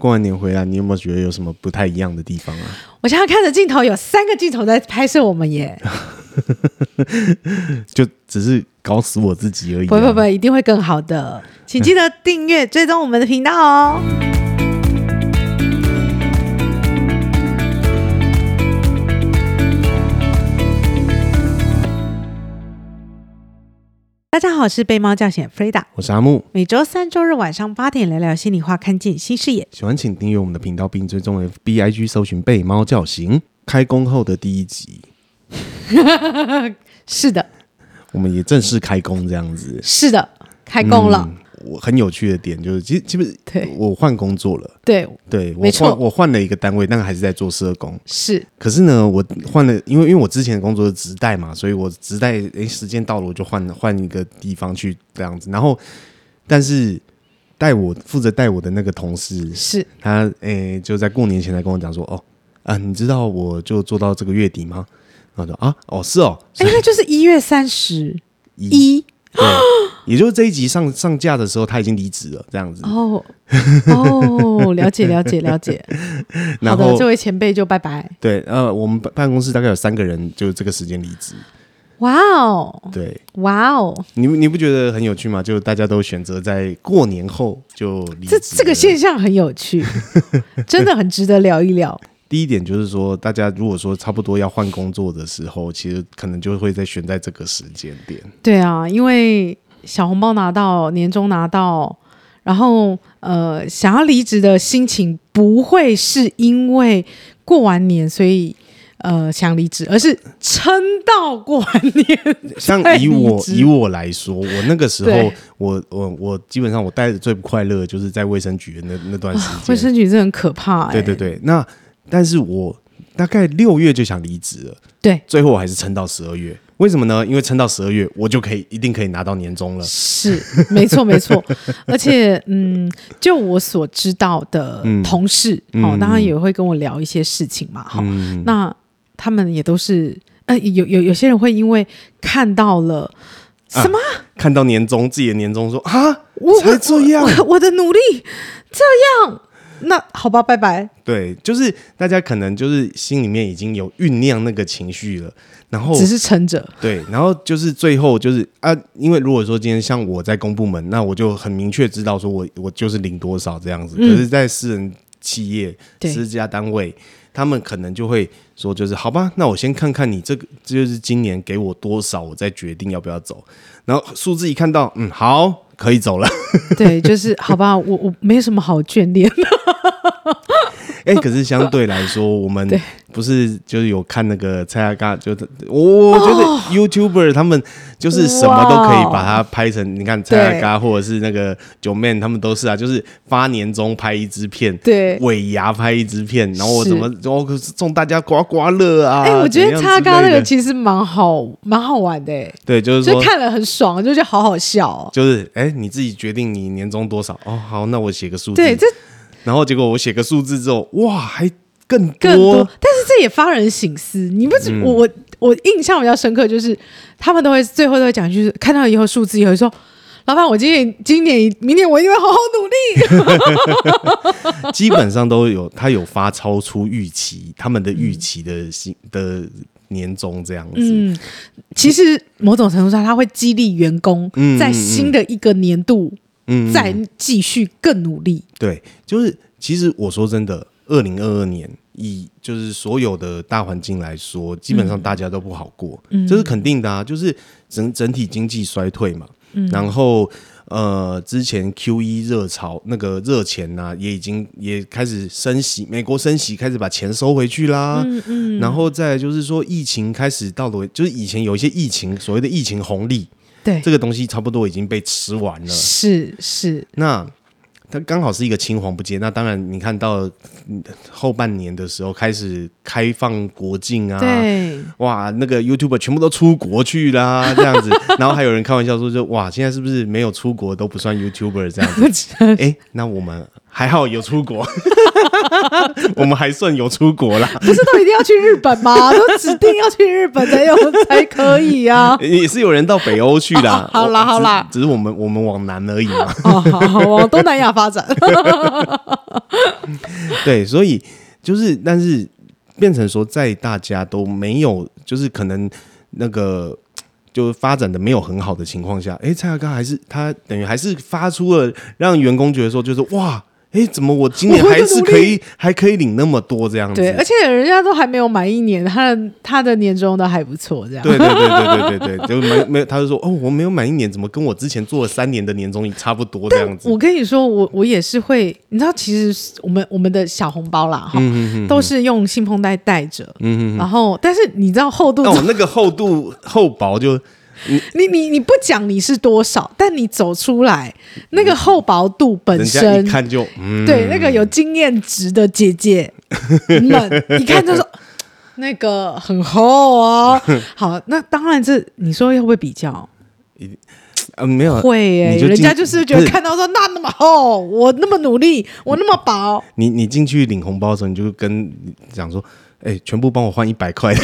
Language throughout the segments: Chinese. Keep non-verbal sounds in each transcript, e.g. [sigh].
过完年回来，你有没有觉得有什么不太一样的地方啊？我现在看着镜头有三个镜头在拍摄我们 [laughs] 耶，就只是搞死我自己而已、啊。不不不，一定会更好 [laughs] 的，请记得订阅、追踪我们的频道哦。大家好，我是被猫叫醒 Frida，我是阿木，每周三、周日晚上八点聊聊心里话，看见新视野。喜欢请订阅我们的频道，并追踪 FBIG 搜寻“被猫叫醒”。开工后的第一集，是的，我们也正式开工，这样子是的，开工了。嗯我很有趣的点就是，其实基本对我换工作了，对，对我没错换我换了一个单位，但还是在做社工。是可是呢，我换了，因为因为我之前的工作是直代嘛，所以我直代诶时间到了我就换换一个地方去这样子。然后，但是带我负责带我的那个同事，是，他诶、就在过年前才跟我讲说，哦啊，你知道我就做到这个月底吗？然后我说啊，哦是哦，哎，那就是一月三十一一对，也就是这一集上上架的时候他已经离职了这样子。哦哦，了解了解了 [laughs] 解。好然的，后这位前辈就拜拜。对，呃，我们办办公室大概有三个人就这个时间离职。哇哦对，哇哦，你你不觉得很有趣吗？就大家都选择在过年后就离职这了。这个现象很 [laughs] 有趣，真的很值得聊一聊。第一点就是说，大家如果说差不多要换工作的时候，其实可能就会在选在这个时间点。对啊，因为小红包拿到，年终拿到，然后呃，想要离职的心情不会是因为过完年所以呃想离职，而是撑到过完年。像在以离我职以我来说，我那个时候对，我我我基本上我待的最不快乐的就是在卫生局的那那段时间。哦卫生局真的很可怕、欸。对对对，那但是我大概六月就想离职了，对，最后我还是撑到十二月。为什么呢？因为撑到十二月，我就可以一定可以拿到年终了。是，没错，没 [laughs] 错。而且，嗯，就我所知道的嗯同事，哦，嗯当然也会跟我聊一些事情嘛，哈、嗯，那他们也都是，呃，有有有些人会因为看到了啊什么，看到年终自己的年终说啊，我我才这样我我的努力这样，那好吧，拜拜。对，就是大家可能就是心里面已经有酝酿那个情绪了，然后只是 [laughs] 撑着，对，然后就是最后就是啊，因为如果说今天像我在公部门，那我就很明确知道说我我就是领多少这样子。嗯可是，在私人企业、对私家单位，他们可能就会说，就是好吧，那我先看看你这个，这就是今年给我多少，我再决定要不要走。然后数字一看到，嗯，好，可以走了。对，就是好吧，我我没什么好 [laughs] 眷恋的，哎、可是相对来说，我们对不是就是有看那个蔡阿嘎，就是我我觉得哦 YouTuber 他们就是什么都可以把它拍成，你看蔡阿嘎或者是那个九妹他们都是啊，就是发年终拍一支片，对尾牙拍一支片，然后我是怎么我可是送大家刮刮乐啊？哎、我觉得怎擦样之刚那类个的其实蛮好，蛮好玩的、欸，对，就是就说。看了很爽，就觉得好好笑、哦。就是哎、你自己决定你年终多少哦。好，那我写个数字。对，这然后结果我写个数字之后，哇，还更多。更多，嗯但是这也发人省思。你不知、我我我印象比较深刻，就是他们都会最后都会讲一句，看到以后数字以后说。老板，我今年、今年、明年我一定会好好努力。基本上都有，他有发超出预期，他们的预期的薪的年终这样子。嗯，其实某种程度上，他会激励员工嗯在新的一个年度嗯，再继续更努力。对，就是其实我说真的，二零二二年以就是所有的大环境来说，基本上大家都不好过，这是肯定的啊。就是整整体经济衰退嘛，然后呃，之前 Q 一热潮那个热钱呐、也已经也开始升息，美国升息开始把钱收回去啦。嗯嗯，然后再来就是说疫情开始到了，就是以前有一些疫情所谓的疫情红利，对，这个东西差不多已经被吃完了。是是，那它刚好是一个青黄不接。那当然，你看到嗯后半年的时候开始开放国境啊，对，哇，那个 YouTuber 全部都出国去啦， [laughs] 这样子。然后还有人开玩笑说，就哇，现在是不是没有出国都不算 YouTuber 这样 [laughs] 子？哎、那我们还好有出国，我们还算有出国 [laughs] 啦。！不是都一定要去日本吗？都指定要去日本 [laughs] 才有才可以 [laughs] 啊也是有人到北欧去啦 [laughs]，哦好啦好啦只只是我们我们往南而已嘛。哦，好，好往东南亚发展。 [laughs] 对，所以就是，但是变成说，在大家都没有，就是可能那个就发展的没有很好的情况下，哎、蔡阿刚还是他等于还是发出了让员工觉得说，就是哇，哎、怎么我今年我会还更是努可以还可以领那么多这样子？对，而且人家都还没有满一年，他的他的年终都还不错，这样。对对对对对对对，就没没，他就说哦，我没有满一年，怎么跟我之前做了三年的年终也差不多这样子？我跟你说，我我也是会，你知道，其实是我们我们的小红包啦，哈、嗯嗯嗯都是用信封袋带着，嗯嗯，哦然后但是你知道厚度，那我那个厚度厚薄就你你你不讲你是多少，但你走出来那个厚薄度本人家一身，看就嗯，对那个有经验值的姐姐们，一看就说。 [laughs] 那个很厚哦，好，那当然这你说要不会比较？嗯没有 [laughs] 会耶、你就人进家就是觉不得是看到说那那么厚，我那么努力，我那么薄， [laughs] 你你进去领红包的时候，你就跟讲说，哎、全部帮我换一百块，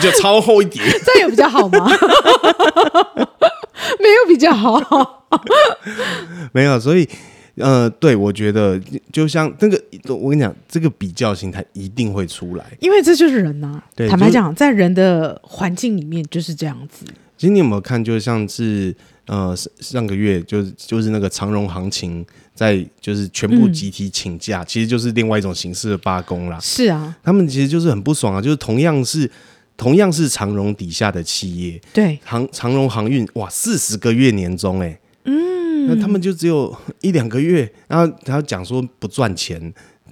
就超厚一叠。这样有比较好吗？ [laughs] 没有比较好， [laughs] 没有，所以呃，对我觉得就像那个，我跟你讲，这个比较心态一定会出来。因为这就是人呐、对坦白就是讲，在人的环境里面就是这样子。其实你有没有看，就像是呃上上个月就是就是那个长荣行情在就是全部集体请假，其实就是另外一种形式的罢工啦。是啊，他们其实就是很不爽啊，就是同样是同样是长荣底下的企业，对，长长荣航运哇，四十个月年终哎、嗯，那他们就只有 [laughs] 一两个月，然后他讲说不赚钱，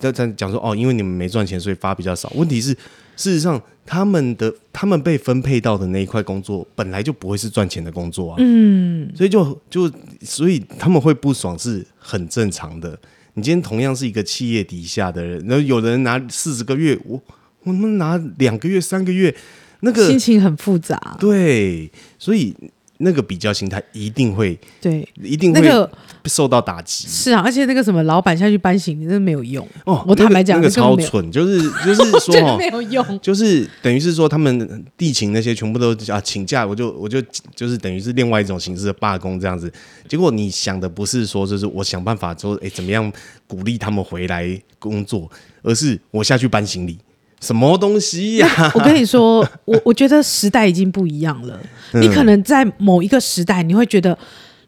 他他讲说哦，因为你们没赚钱，所以发比较少。问题是，事实上他们的他们被分配到的那一块工作本来就不会是赚钱的工作啊，嗯，所以就就所以他们会不爽是很正常的。你今天同样是一个企业底下的人，然后有人拿四十个月，我我们拿两个月、三个月，那个心情很复杂。对，所以那个比较心态一定会对，一定那会个受到打击。是啊，而且那个什么老板下去搬行李，真的没有用，哦，我坦白讲那个、那根那个本没有超蠢，就是 [laughs] 就是说真的哦没。有用。就是等于是说，他们地勤那些全部都啊请假，我就我就就是等于是另外一种形式的罢工这样子。结果你想的不是说，就是我想办法说，哎，怎么样鼓励他们回来工作，而是我下去搬行李，什么东西 [laughs] 呀、我跟你说，我我觉得时代已经不一样了。嗯你可能在某一个时代，你会觉得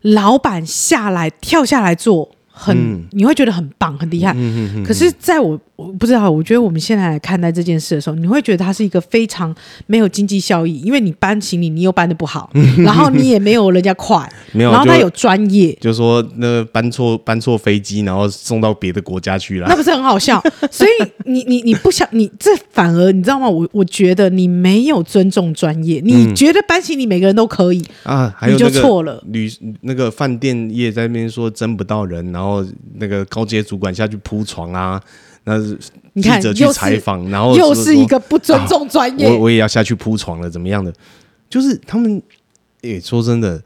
老板下来跳下来做很，嗯你会觉得很棒、很厉害。可是，在我我不知道，我觉得我们现在来看待这件事的时候，你会觉得它是一个非常没有经济效益，因为你搬行李，你又搬的 [laughs] 不好，然后你也没有人家快，没有然后就他有专业，就说那搬错搬错飞机，然后送到别的国家去了那。不是很好笑？所以你你你不想你这反而你知道吗？我我觉得你没有尊重专业，你觉得搬行李每个人都可以，嗯啊，还有你就那个错了旅那个饭店业在那边说争不到人，然后那个高阶主管下去铺床啊，那你记看者又去是采访，然后又哦说啊是一个不尊重专业。我我也要下去铺床了，怎么样的？就是他们，诶、说真的，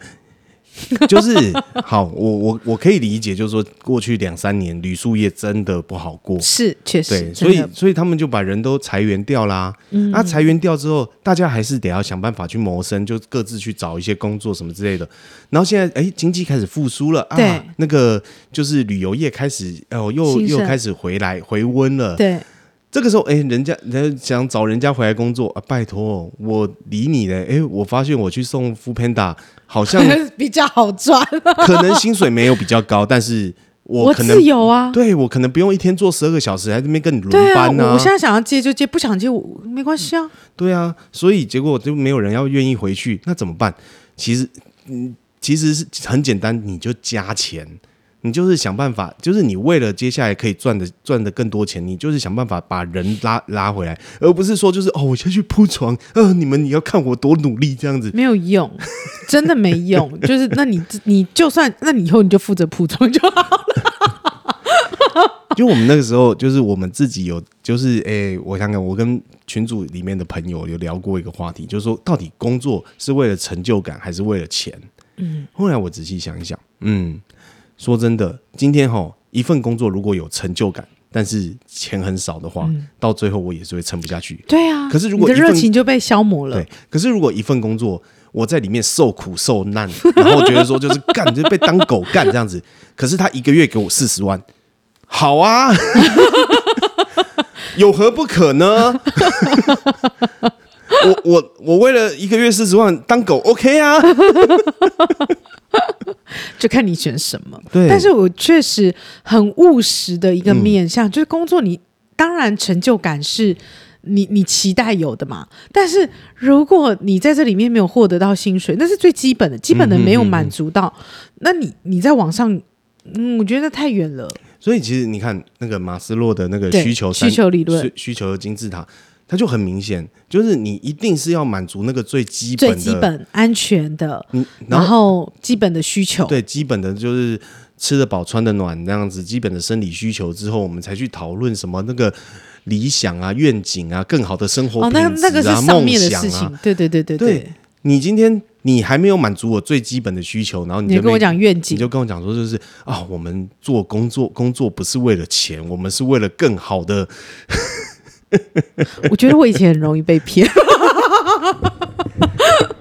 就是 [laughs] 好，我我我可以理解，就是说过去两三年旅宿业真的不好过，是，确实，对，真所以的嗯所以他们就把人都裁员掉啦。那裁员掉之后，大家还是得要想办法去谋生，就各自去找一些工作什么之类的。然后现在，哎，经济开始复苏了对啊，那个就是旅游业开始，哦，又兴又盛开始回来回温了。对这个时候，哎，人家人家想找人家回来工作啊，拜托，我理你嘞。哎，我发现我去送 f o o Panda，好 [laughs] 像比较好赚。可能薪水没有比较高，但是我我可能自由啊，对我可能不用一天做十二个小时，还这边跟你对轮啊，班我我现在想要接就接，不想接我没关系啊。对啊，所以结果就没有人要愿意回去，那怎么办？其实，嗯，其实是很简单，你就加钱，你就是想办法，就是你为了接下来可以赚的赚的更多钱，你就是想办法把人拉拉回来，而不是说就是哦，我先去铺床，呃，你们你要看我多努力这样子。没有用，真的没用。就是那你你就算那你以后你就负责普通就好。 [laughs] 就我们那个时候，就是我们自己有，就是诶、我想想，我跟群组里面的朋友有聊过一个话题，就是说到底工作是为了成就感还是为了钱？嗯，后来我仔细想一想，嗯，说真的，今天哈一份工作如果有成就感，但是钱很少的话，到最后我也是会撑不下去。对啊，可是如果你的一份热情就被消磨了对，，可是如果一份工作我在里面受苦受 [laughs] 难，然后觉得说就是干，就是被当狗干这样子，可是他一个月给我四十万，好啊， [laughs] 有何不可呢？ [laughs] 我我我为了一个月四十万当狗 OK 啊，就看你选什么。对但是我确实很务实的一个面嗯向，就是工作你，当然成就感是你你期待有的嘛。但是如果你在这里面没有获得到薪水，那是最基本的，基本的没有满足到，嗯那你你在网上，嗯，我觉得那太远了。所以其实你看那个马斯洛的那个对需求需三求理论需需求金字塔，它就很明显，就是你一定是要满足那个最基本最的，基本安全的，你然然后后基本的需求，对基本的就是吃得饱、穿得暖那样子基本的生理需求之后，我们才去讨论什么那个理想啊、愿景啊、更好的生活哦，品质那啊、那个是上梦面的想事情，啊。对对对对对对。你今天你还没有满足我最基本的需求，然后你你就跟我讲愿你景，就跟我讲说，就是啊，我们做工作，工作不是为了钱，我们是为了更好的。 [laughs] 我觉得我以前很容 [laughs] 易被骗。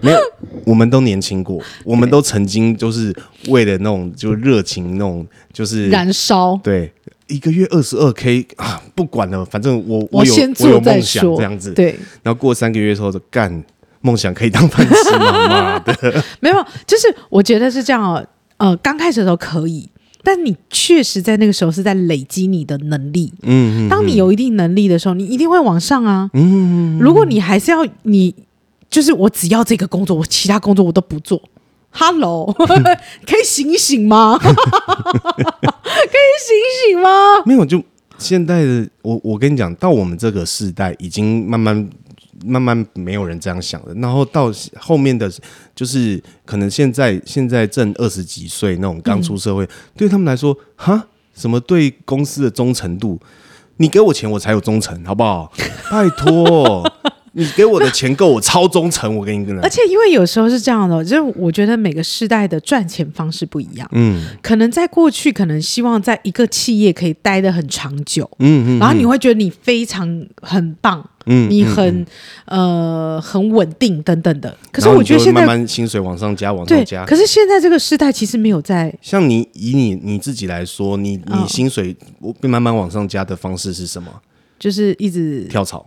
没有，我们都年轻过，我们都曾经就是为了那种就热情那种，就是 [laughs] 燃烧。对一个月二十二 k 啊，不管了，反正我有先我有做再梦想说，这样子。对，然后过三个月之后就干，梦想可以当饭吃吗？妈的，没有，就是我觉得是这样哦。呃，刚开始的时候可以，但你确实在那个时候是在累积你的能力。嗯，嗯当你有一定能力的时候，你一定会往上啊。嗯，如果你还是要你，就是我只要这个工作，我其他工作我都不做。Hello，可 [laughs] 以醒一醒吗？ [laughs] 可以醒一醒吗？没有，就现在的我，我跟你讲，到我们这个世代，已经慢慢慢慢没有人这样想了。然后到后面的，就是可能现在现在正二十几岁那种刚出社会，对他们来说，哈，什么对公司的忠诚度，你给我钱我才有忠诚，好不 [laughs] 好？拜托。你给我的钱够，我超忠诚。我跟你讲而，且因为有时候是这样的哦，就是我觉得每个世代的赚钱方式不一样。嗯可能在过去，可能希望在一个企业可以待得很长久，嗯嗯然后你会觉得你非常很棒，嗯，你嗯很呃很稳定等等的。可是然后我你觉得就现在慢慢薪水往上加，往对上，加。可是现在这个时代其实没有在像你以你你自己来说，你嗯你薪水我慢慢往上加的方式是什么？就是一直跳槽。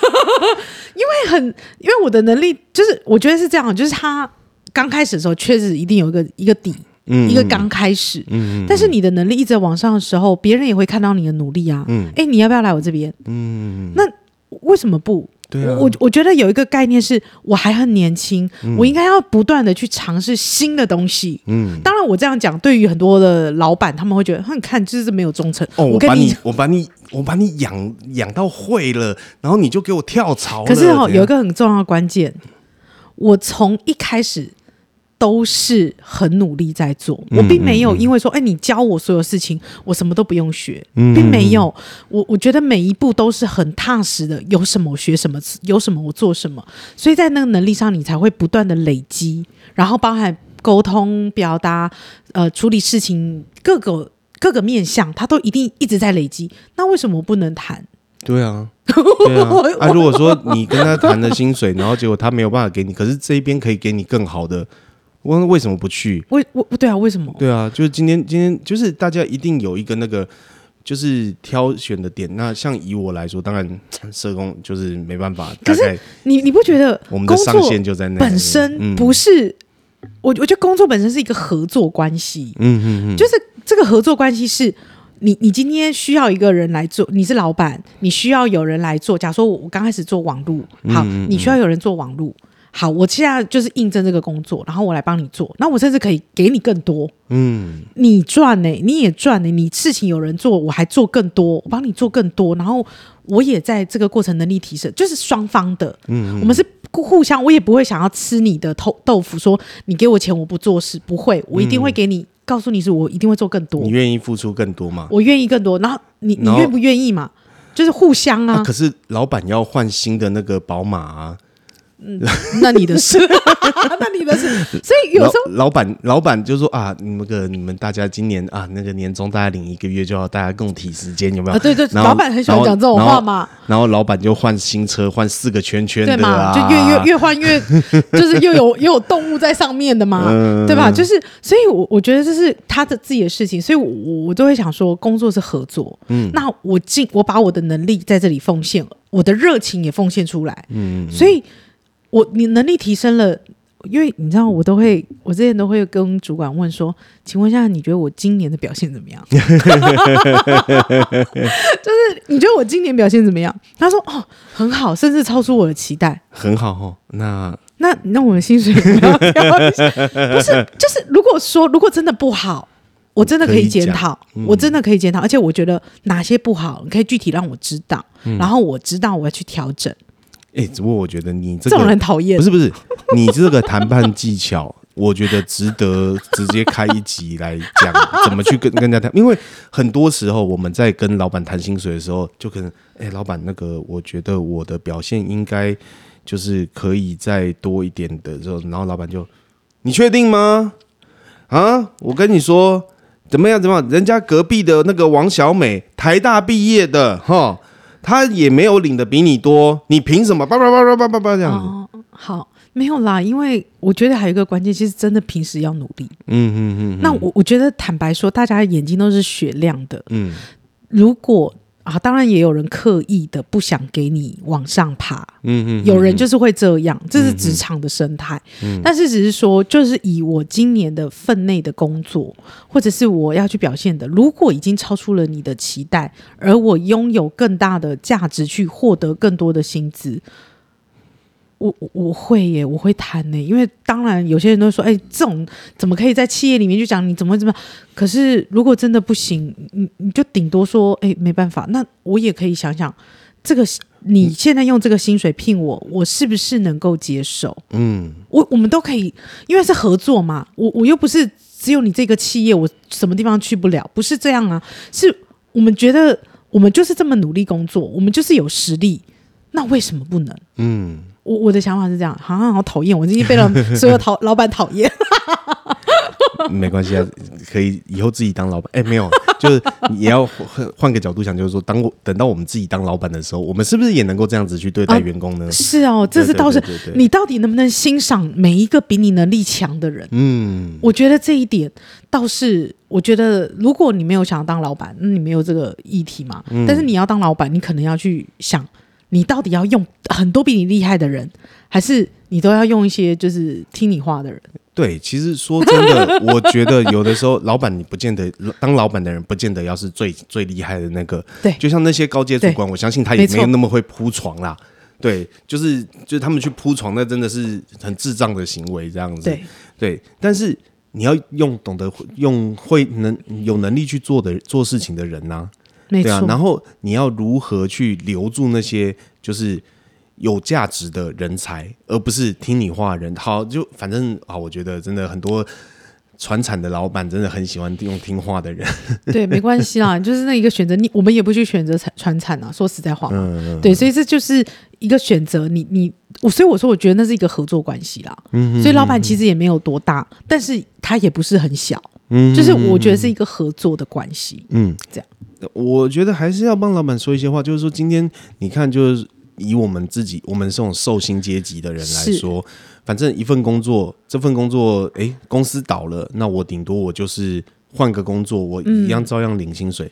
会很，因为我的能力就是我觉得是这样，就是他刚开始的时候确实一定有一个一个底，嗯一个刚开始，嗯但是你的能力一直往上的时候，别人也会看到你的努力啊。嗯哎，你要不要来我这边？嗯，那为什么不？对啊，我我我觉得有一个概念是，我还很年轻，我应该要不断的去尝试新的东西。嗯，当然，我这样讲，对于很多的老板，他们会觉得，哼，你看就是没有忠诚。哦，我跟把你你讲，我把你我把你养养到会了，然后你就给我跳槽了。可是哦，怎样有一个很重要的关键，我从一开始都是很努力在做，嗯我并没有因为说，哎、你教我所有事情，我什么都不用学，嗯并没有。我我觉得每一步都是很踏实的，有什么我学什么，有什么我做什么，所以在那个能力上，你才会不断的累积，然后包含沟通、表达、呃，处理事情各个。各个面向，它都一定一直在累积。那为什么不能谈？对啊， [laughs] 对啊。啊，如果说你跟他谈了薪水，然后结果他没有办法给你，可是这一边可以给你更好的，我为什么不去？为我对啊，为什么？对啊，就是今天，今天就是大家一定有一个那个就是挑选的点。那像以我来说，当然社工就是没办法，大可是概你你不觉得我们工的作上限就在那里嗯本身不是？我我觉得工作本身是一个合作关系，嗯嗯嗯，就是这个合作关系是。你你今天需要一个人来做，你是老板，你需要有人来做。假如说我我刚开始做网路，好，你需要有人做网路，好，我现在就是应征这个工作，然后我来帮你做，那我甚至可以给你更多，嗯你赚呢、你也赚呢、你事情有人做，我还做更多，我帮你做更多，然后我也在这个过程能力提升，就是双方的，嗯我们是互相，我也不会想要吃你的豆豆腐，说你给我钱我不做事，不会，我一定会给你，告诉你是我一定会做更多你，愿意付出更多吗？我愿意更多，然后你你然后愿不愿意嘛？就是互相啊，啊，可是老板要换新的那个宝马啊，嗯，那你的事， [laughs] 那你的事。所以有老时候老板老板就说啊，你们个你们大家今年啊那个年终大家领一个月就要大家共体时间有没有？啊，对对，然后老板很喜欢讲这种话嘛，然后然后老板就换新车，换四个圈圈对的嘛？啊，就越越越换越， [laughs] 就是又有又有动物在上面的嘛，嗯对吧？就是，所以我我觉得这是他的自己的事情，所以我我我都会想说，工作是合作，嗯，那我尽我把我的能力在这里奉献，我的热情也奉献出来，嗯，所以我你能力提升了。因为你知道，我都会，我之前都会跟主管问说：“请问一下，你觉得我今年的表现怎么样？” [laughs] 就是你觉得我今年表现怎么样？他说：“哦，很好，甚至超出我的期待。”很好哦。那那那我们薪水也要调一下不是，就是如果说如果真的不好，我真的可以检讨，我真的可以检讨，而且我觉得哪些不好，你可以具体让我知道，然后我知道我要去调整。哎，只不过我觉得你这这种个人讨厌不，是不是，你这个谈判技巧，我觉得值得直接开一集来讲怎么去跟跟人家谈，因为很多时候我们在跟老板谈薪水的时候，就可能哎，老板那个，我觉得我的表现应该就是可以再多一点的时候，然后老板就你确定吗？啊，我跟你说。怎么样？怎么样？人家隔壁的那个王小美，台大毕业的，哈，她也没有领的比你多，你凭什么？叭叭叭叭叭叭叭这样子。哦，好，没有啦，因为我觉得还有一个关键，其实真的平时要努力。嗯嗯嗯那我我觉得坦白说，大家眼睛都是雪亮的，嗯，如果啊，当然也有人刻意的不想给你往上爬，嗯嗯，嗯有人就是会这样，这是职场的生态。但是只是说，就是以我今年的分内的工作，或者是我要去表现的，如果已经超出了你的期待，而我拥有更大的价值去获得更多的薪资。我我我会耶，我会谈呢，因为当然有些人都会说，哎、这种怎么可以在企业里面就讲你怎么会怎么样？可是如果真的不行，你你就顶多说，哎、没办法，那我也可以想想这个你现在用这个薪水聘我，我是不是能够接受？嗯我我们都可以，因为是合作嘛。我我又不是只有你这个企业，我什么地方去不了？不是这样啊，是我们觉得我们就是这么努力工作，我们就是有实力，那为什么不能？嗯，我我的想法是这样，好、啊、好讨厌，我已经 [laughs] 被了所有讨老板讨厌。没关系啊，可以以后自己当老板。哎、没有， [laughs] 就是也要换换个角度想，就是说，当我等到我们自己当老板的时候，我们是不是也能够这样子去对待员工呢？是哦，这是倒是对对对对你到底能不能欣赏每一个比你能力强的人？嗯我觉得这一点倒是，我觉得如果你没有想要当老板，那你没有这个议题嘛。嗯但是你要当老板，你可能要去想，你到底要用很多比你厉害的人，还是你都要用一些就是听你话的人？对，其实说真的，我觉得有的时候，老板你不见得当老板的人，不见得要是最最厉害的那个。对就像那些高阶主管，我相信他也没错没有那么会铺床啦。对，就是就是他们去铺床，那真的是很智障的行为，这样子。对，对，但是你要用懂得用会能有能力去做的做事情的人呐、没对错。啊。然后你要如何去留住那些就是有价值的人才，而不是听你话的人。好，就反正啊，我觉得真的很多。传产的老板真的很喜欢用听话的人，对，没关 [laughs] 系啦，就是那一个选择，你我们也不去选择传传产啊。说实在话嘛，对，所以这就是一个选择。你你我，所以我说，我觉得那是一个合作关系啦。嗯所以老板其实也没有多大，但是他也不是很小，就是我觉得是一个合作的关系。嗯，这样，我觉得还是要帮老板说一些话，就是说今天你看，就是以我们自己，我们这种受薪阶级的人来是说，反正一份工作，这份工作，诶，公司倒了，那我顶多我就是换个工作，我一嗯样照样领薪水。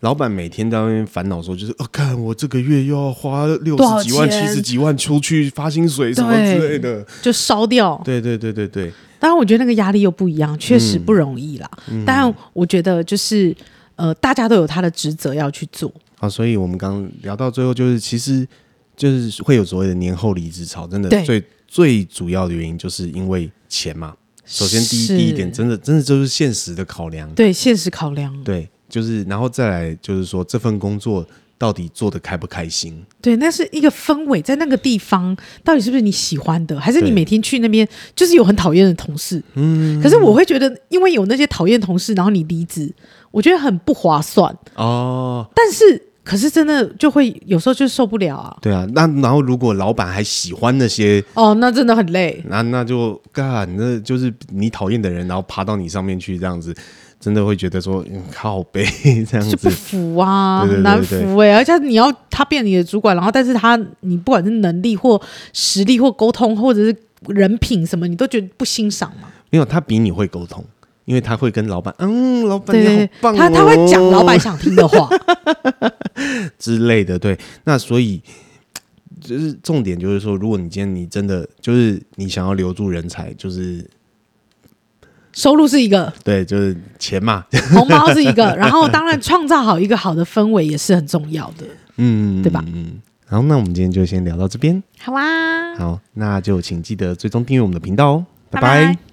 老板每天在那边烦恼说，就是哦，看我这个月又要花六多少十几万、七钱十几万出去发薪水什么对之类的。就烧掉。对嗯对对对对，当然，我觉得那个压力又不一样，确实不容易啦。当然，我觉得就是呃，大家都有他的职责要去做。好，所以我们刚刚聊到最后，就是其实就是会有所谓的年后离职潮，真的对最最主要的原因就是因为钱嘛。首先第一是第一点，真的真的就是现实的考量，对现实考量，啊对，就是然后再来就是说这份工作到底做的开不开心？对，那是一个氛围，在那个地方到底是不是你喜欢的，还是你对每天去那边就是有很讨厌的同事？嗯，可是我会觉得，因为有那些讨厌同事，然后你离职，我觉得很不划算。哦，但是，可是真的就会有时候就受不了啊。对啊，那然后如果老板还喜欢那些，哦，那真的很累。那那就干，那就是你讨厌的人，然后爬到你上面去这样子，真的会觉得说嗯靠背 [laughs] 这样就不子。服啊，嗯对对对很难服哎、而且你要他变你的主管，然后但是他你不管是能力或实力或沟通或者是人品什么，你都觉得不欣赏嘛？没有，他比你会沟通，因为他会跟老板，嗯，老板你对好棒、哦，他他会讲老板想听的话， [laughs] 之类的。对，那所以就是重点就是说，如果你今天你真的就是你想要留住人才，就是收入是一个，对，就是钱嘛， [laughs] [laughs] 红包是一个，然后当然创造好一个好的氛围也是很重要的。嗯，对吧嗯，然后那我们今天就先聊到这边，好啊，好，那就请记得最终订阅我们的频道哦，拜拜拜